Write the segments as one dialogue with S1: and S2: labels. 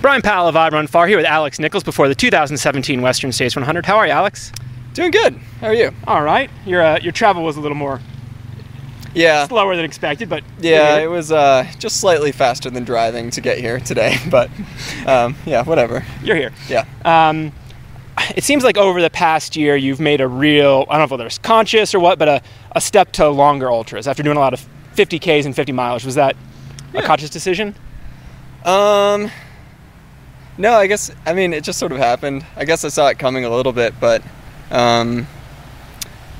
S1: Brian Powell of Odd Run Far here with Alex Nichols before the 2017 Western States 100. How are you, Alex?
S2: Doing good. How are you?
S1: All right. Your uh, your travel was a little more
S2: Yeah.
S1: slower than expected, but
S2: Yeah, it was uh, just slightly faster than driving to get here today, but um, yeah, whatever.
S1: you're here.
S2: Yeah.
S1: Um, it seems like over the past year you've made a real I don't know if whether it's conscious or what, but a, a step to longer ultras after doing a lot of 50ks and 50 miles. Was that a conscious decision?
S2: Um, no, I guess, I mean, it just sort of happened. I guess I saw it coming a little bit, but um,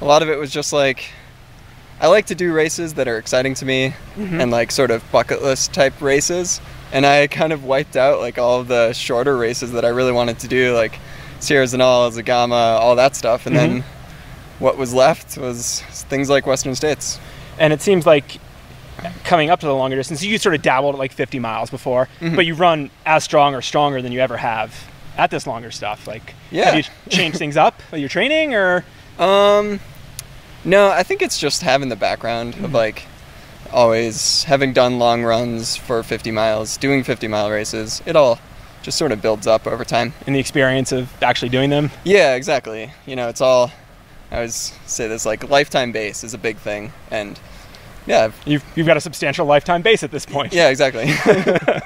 S2: a lot of it was just like, I like to do races that are exciting to me and like sort of bucket list type races. And I kind of wiped out like all of the shorter races that I really wanted to do, like Sierra Zanal, Zagama, all that stuff. And then what was left was things like Western States.
S1: And it seems like coming up to the longer distance, you sort of dabbled at like 50 miles before,
S2: Mm-hmm.
S1: but you run as strong or stronger than you ever have at this longer stuff. Like,
S2: Yeah.
S1: have you changed things up with your training or?
S2: Um, no, I think it's just having the background of like always having done long runs for 50 miles, doing 50 mile races. It all just sort of builds up over time.
S1: in the experience of actually doing them.
S2: Yeah, exactly. You know, it's all. I always say this like lifetime base is a big thing, and yeah, I've-
S1: You've, you've got a substantial lifetime base at this point.
S2: yeah, exactly.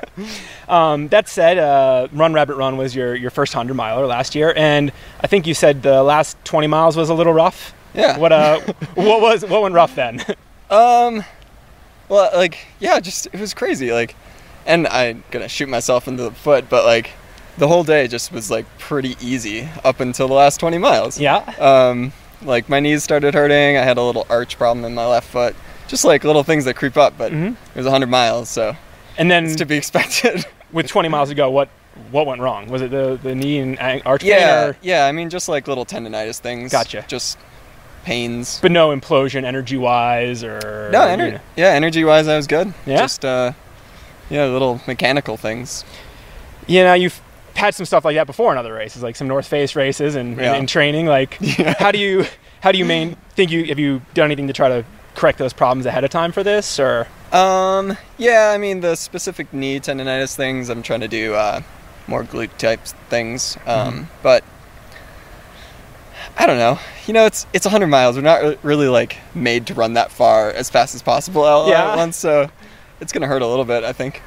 S1: Um, that said, uh, Run Rabbit Run was your, your first 100 miler last year, and I think you said the last 20 miles was a little rough.
S2: Yeah.
S1: What, uh, what, was, what went rough then?
S2: Um, well, like, yeah, just it was crazy. Like, and I'm gonna shoot myself in the foot, but like, the whole day just was like pretty easy up until the last 20 miles.
S1: yeah.
S2: Um, like my knees started hurting. I had a little arch problem in my left foot. Just like little things that creep up, but
S1: Mhm.
S2: it was 100 miles,
S1: Mm.
S2: so
S1: And then
S2: it's to be expected.
S1: with 20 miles to go, what, what went wrong? Was it the, the knee and an- arch pain?
S2: yeah,
S1: Or,
S2: yeah. I mean, just like little tendonitis things.
S1: Gotcha.
S2: Just pains.
S1: but no implosion energy wise or.
S2: no,
S1: you
S2: ener-
S1: know.
S2: yeah. Energy wise, I was good.
S1: Yeah?
S2: Just uh, yeah, little mechanical things.
S1: you know you've had some stuff like that before in other races like some north face races and, and-
S2: Yeah.
S1: and training like how do you how do you main think you have you done anything to try to correct those problems ahead of time for this or
S2: Um, yeah, I mean the specific knee tendonitis things. I'm trying to do uh, more glute type things, um, but I don't know. You know, it's it's 100 miles. We're not re- really like made to run that far as fast as possible all
S1: Yeah.
S2: at once, so it's gonna hurt a little bit. I think.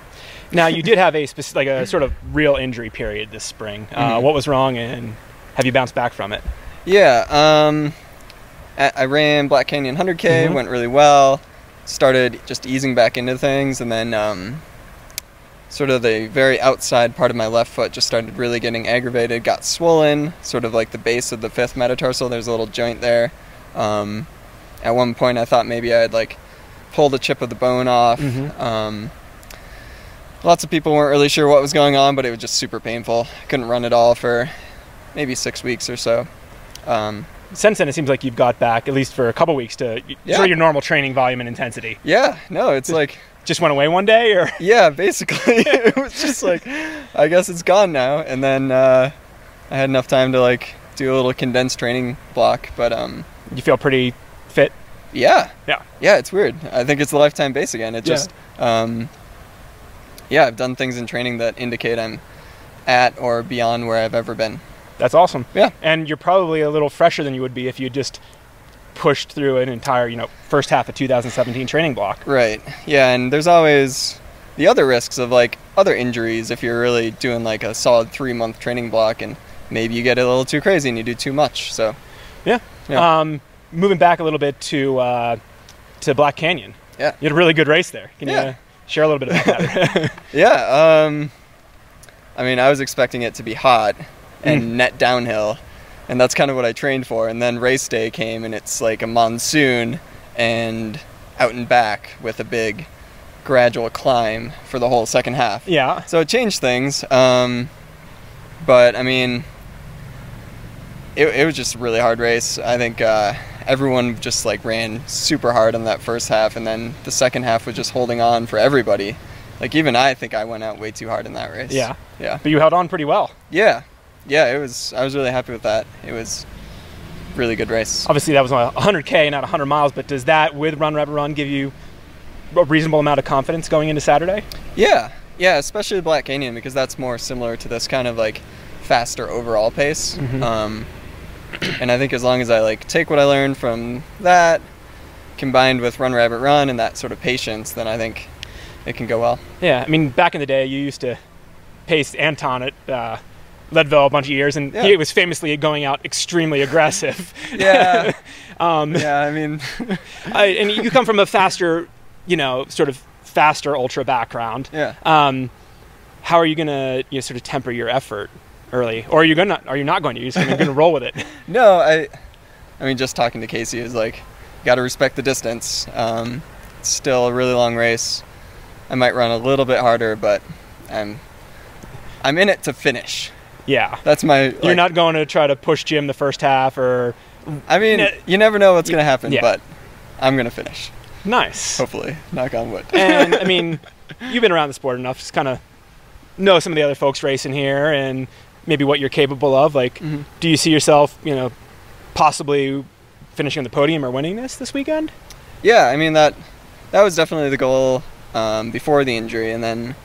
S1: now you did have a specific like a sort of real injury period this spring uh,
S2: Mhm.
S1: what was wrong and have you bounced back from it
S2: Yeah, um, I, I ran Black Canyon 100K,
S1: Mhm.
S2: went really well. Started just easing back into things, and then um, sort of the very outside part of my left foot just started really getting aggravated, got swollen, sort of like the base of the fifth metatarsal. There's a little joint there. Um, at one point, I thought maybe I had like pulled a chip of the bone off.
S1: Mhm.
S2: Um, lots of people weren't really sure what was going on, but it was just super painful. Couldn't run at all for maybe six weeks or so. Um,
S1: since then it seems like you've got back at least for a couple weeks to y-
S2: Yeah.
S1: sort of your normal training volume and intensity
S2: yeah, no, it's like,
S1: just went away one day or
S2: yeah, basically, it was just like, I guess it's gone now. And then uh, I had enough time to like do a little condensed training block, but um,
S1: you feel pretty fit
S2: yeah,
S1: yeah
S2: yeah, it's weird. I think it's the lifetime base again. It
S1: Yeah.
S2: just, um, yeah, I've done things in training that indicate I'm at or beyond where I've ever been.
S1: That's awesome.
S2: Yeah.
S1: And you're probably a little fresher than you would be if you just pushed through an entire, you know, first half of 2017 training block.
S2: Right. Yeah, and there's always the other risks of like other injuries if you're really doing like a solid three month training block and maybe you get a little too crazy and you do too much. So
S1: Yeah.
S2: Yeah.
S1: Um, moving back a little bit to uh, to Black Canyon.
S2: yeah.
S1: You had a really good race there. Can you
S2: Yeah.
S1: uh, share a little bit about that?
S2: Yeah. Um, I mean, I was expecting it to be hot and net downhill, and that's kind of what I trained for. And then race day came, and it's like a monsoon and out and back with a big gradual climb for the whole second half.
S1: yeah.
S2: So it changed things. Um, but I mean, it, it was just a really hard race. I think uh, everyone just like ran super hard on that first half, and then the second half was just holding on for everybody. Like even I think I went out way too hard in that race.
S1: Yeah.
S2: Yeah.
S1: But you held on pretty well.
S2: Yeah. Yeah. It was. I was really happy with that. It was really good race.
S1: Obviously, that was a 100K, not 100 miles, but does that, with Run Rabbit Run, give you a reasonable amount of confidence going into Saturday?
S2: Yeah, Yeah, especially Black Canyon because that's more similar to this kind of like faster overall pace.
S1: Mhm.
S2: Um, and I think as long as I like take what I learned from that, combined with Run Rabbit Run and that sort of patience, then I think it can go well.
S1: Yeah, I mean, back in the day, you used to pace Anton at uh, Leadville a bunch of years, and he
S2: Yeah.
S1: was famously going out extremely aggressive.
S2: Yeah,
S1: um,
S2: yeah. I mean,
S1: I, and you come from a faster, you know, sort of faster ultra background.
S2: yeah.
S1: Um, how are you gonna you know, sort of temper your effort early, or are you gonna are you not going to? You're just gonna, gonna roll with it.
S2: No, I. I mean, just talking to Casey is like, got to respect the distance. Um, it's still a really long race. I might run a little bit harder, but I'm. I'm in it to finish.
S1: Yeah,
S2: That's my.
S1: you're
S2: like-
S1: not going to try to push Jim the first half, or
S2: I mean,
S1: No.
S2: you never know what's going to happen,
S1: Yeah.
S2: but I'm going to finish.
S1: nice.
S2: Hopefully. Knock on wood.
S1: and I mean, you've been around the sport enough, just kind of know some of the other folks racing here, and maybe what you're capable of. Like,
S2: Mhm.
S1: do you see yourself, you know, possibly finishing on the podium or winning this this weekend?
S2: yeah, I mean, that that was definitely the goal um, before the injury. And then,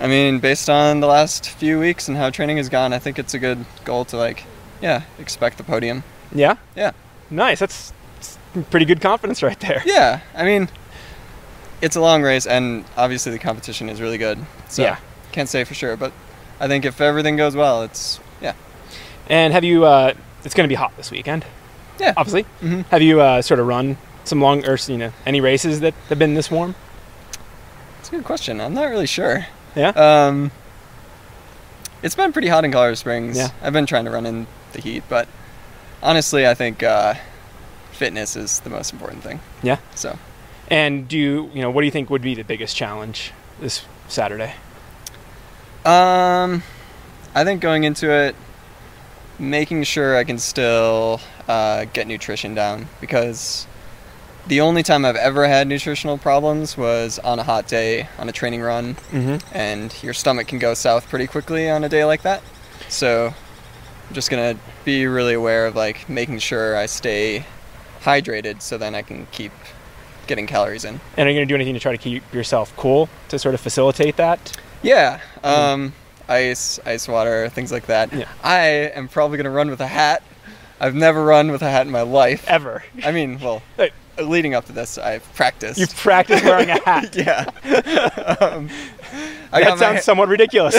S2: I mean, based on the last few weeks and how training has gone, I think it's a good goal to, like, yeah, expect the podium.
S1: Yeah,
S2: Yeah.
S1: nice. That's, that's pretty good confidence right there.
S2: Yeah, I mean, it's a long race, and obviously the competition is really good. So,
S1: Yeah.
S2: can't say for sure, but I think if everything goes well, it's, yeah.
S1: And have you? Uh, it's going to be hot this weekend,
S2: Yeah.
S1: obviously.
S2: Mm-hmm.
S1: Have you uh, sort of run some long, or you know, any races that have been this warm?
S2: It's a good question. I'm not really sure.
S1: Yeah.
S2: Um, it's been pretty hot in Colorado Springs.
S1: Yeah.
S2: I've been trying to run in the heat, but honestly, I think uh, fitness is the most important thing.
S1: Yeah.
S2: So
S1: And do you, you know, what do you think would be the biggest challenge this Saturday?
S2: um, I think going into it, making sure I can still uh, get nutrition down because the only time I've ever had nutritional problems was on a hot day on a training run.
S1: Mm-hmm.
S2: and your stomach can go south pretty quickly on a day like that. So I'm just gonna be really aware of like making sure I stay hydrated so then I can keep getting calories in.
S1: And are you going to do anything to try to keep yourself cool to sort of facilitate that?
S2: Yeah. Um ice, ice water, things like that.
S1: Mm. Yeah.
S2: I am probably gonna run with a hat. I've never run with a hat in my life.
S1: Ever.
S2: I mean, well,
S1: Hey,
S2: leading up to this, I've practiced.
S1: You practice wearing a hat.
S2: yeah. um, I
S1: that
S2: got my
S1: sounds somewhat ridiculous.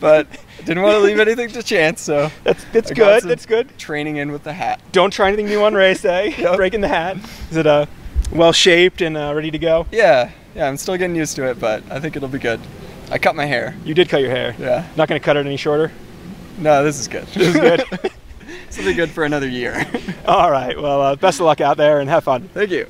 S2: but didn't want to leave anything to chance, so
S1: that's that's
S2: I got
S1: good.
S2: some
S1: That's good.
S2: Training in with the hat.
S1: Don't try anything new on race day.
S2: Yep.
S1: Breaking the hat. Is it uh, well shaped and uh, ready to go?
S2: Yeah, yeah, I'm still getting used to it, but I think it'll be good. I cut my hair.
S1: You did cut your hair.
S2: Yeah.
S1: Not going to cut it any shorter.
S2: No, this is good. This
S1: is good.
S2: this will be good for another year.
S1: All right. Well, uh, best of luck out there and have fun.
S2: Thank you.